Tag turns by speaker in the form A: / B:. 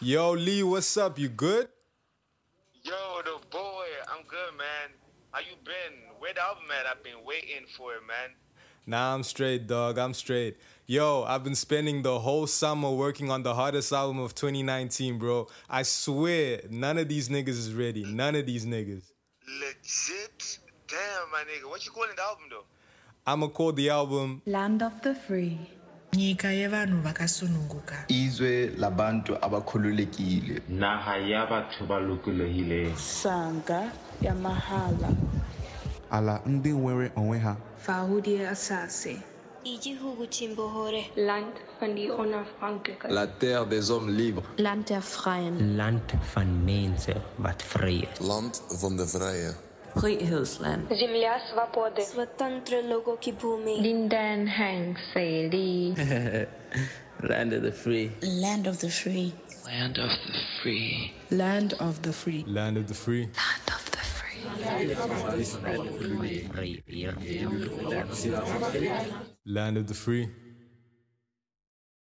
A: Yo, Lee, what's up? You good?
B: Yo, the boy, I'm good, man. How you been? Where the album at? I've been waiting for it, man.
A: Nah, I'm straight, dog. I'm straight. Yo, I've been spending the whole summer working on the hardest album of 2019, bro. I swear, none of these niggas is ready. None of these niggas.
B: Legit? Damn, my nigga. What you calling the album, though?
A: I'ma call the album
C: Land of the Free.
D: nyika yevanhu vakasununguka
E: izwe labantu abakhululekile
F: naga ya batho ba lokologileng
G: sanga ya mahala
H: ala ndị nwere onwe ha
D: fahudi asase
I: igihugu cy'imbohore
J: Land von die Unabhängigkeit.
E: la terre des hommes libres
C: Land der Freien.
K: land van mensen wat vrij is.
E: land van de vrije
G: Frihilsland.
J: Земля свободы.
I: swatantre logo kibumi
J: Linden Hang Feli.
K: Land of the free.
C: Land of the Free.
K: Land of the free.
D: land of the free
A: Land of the Free. Land of the Free.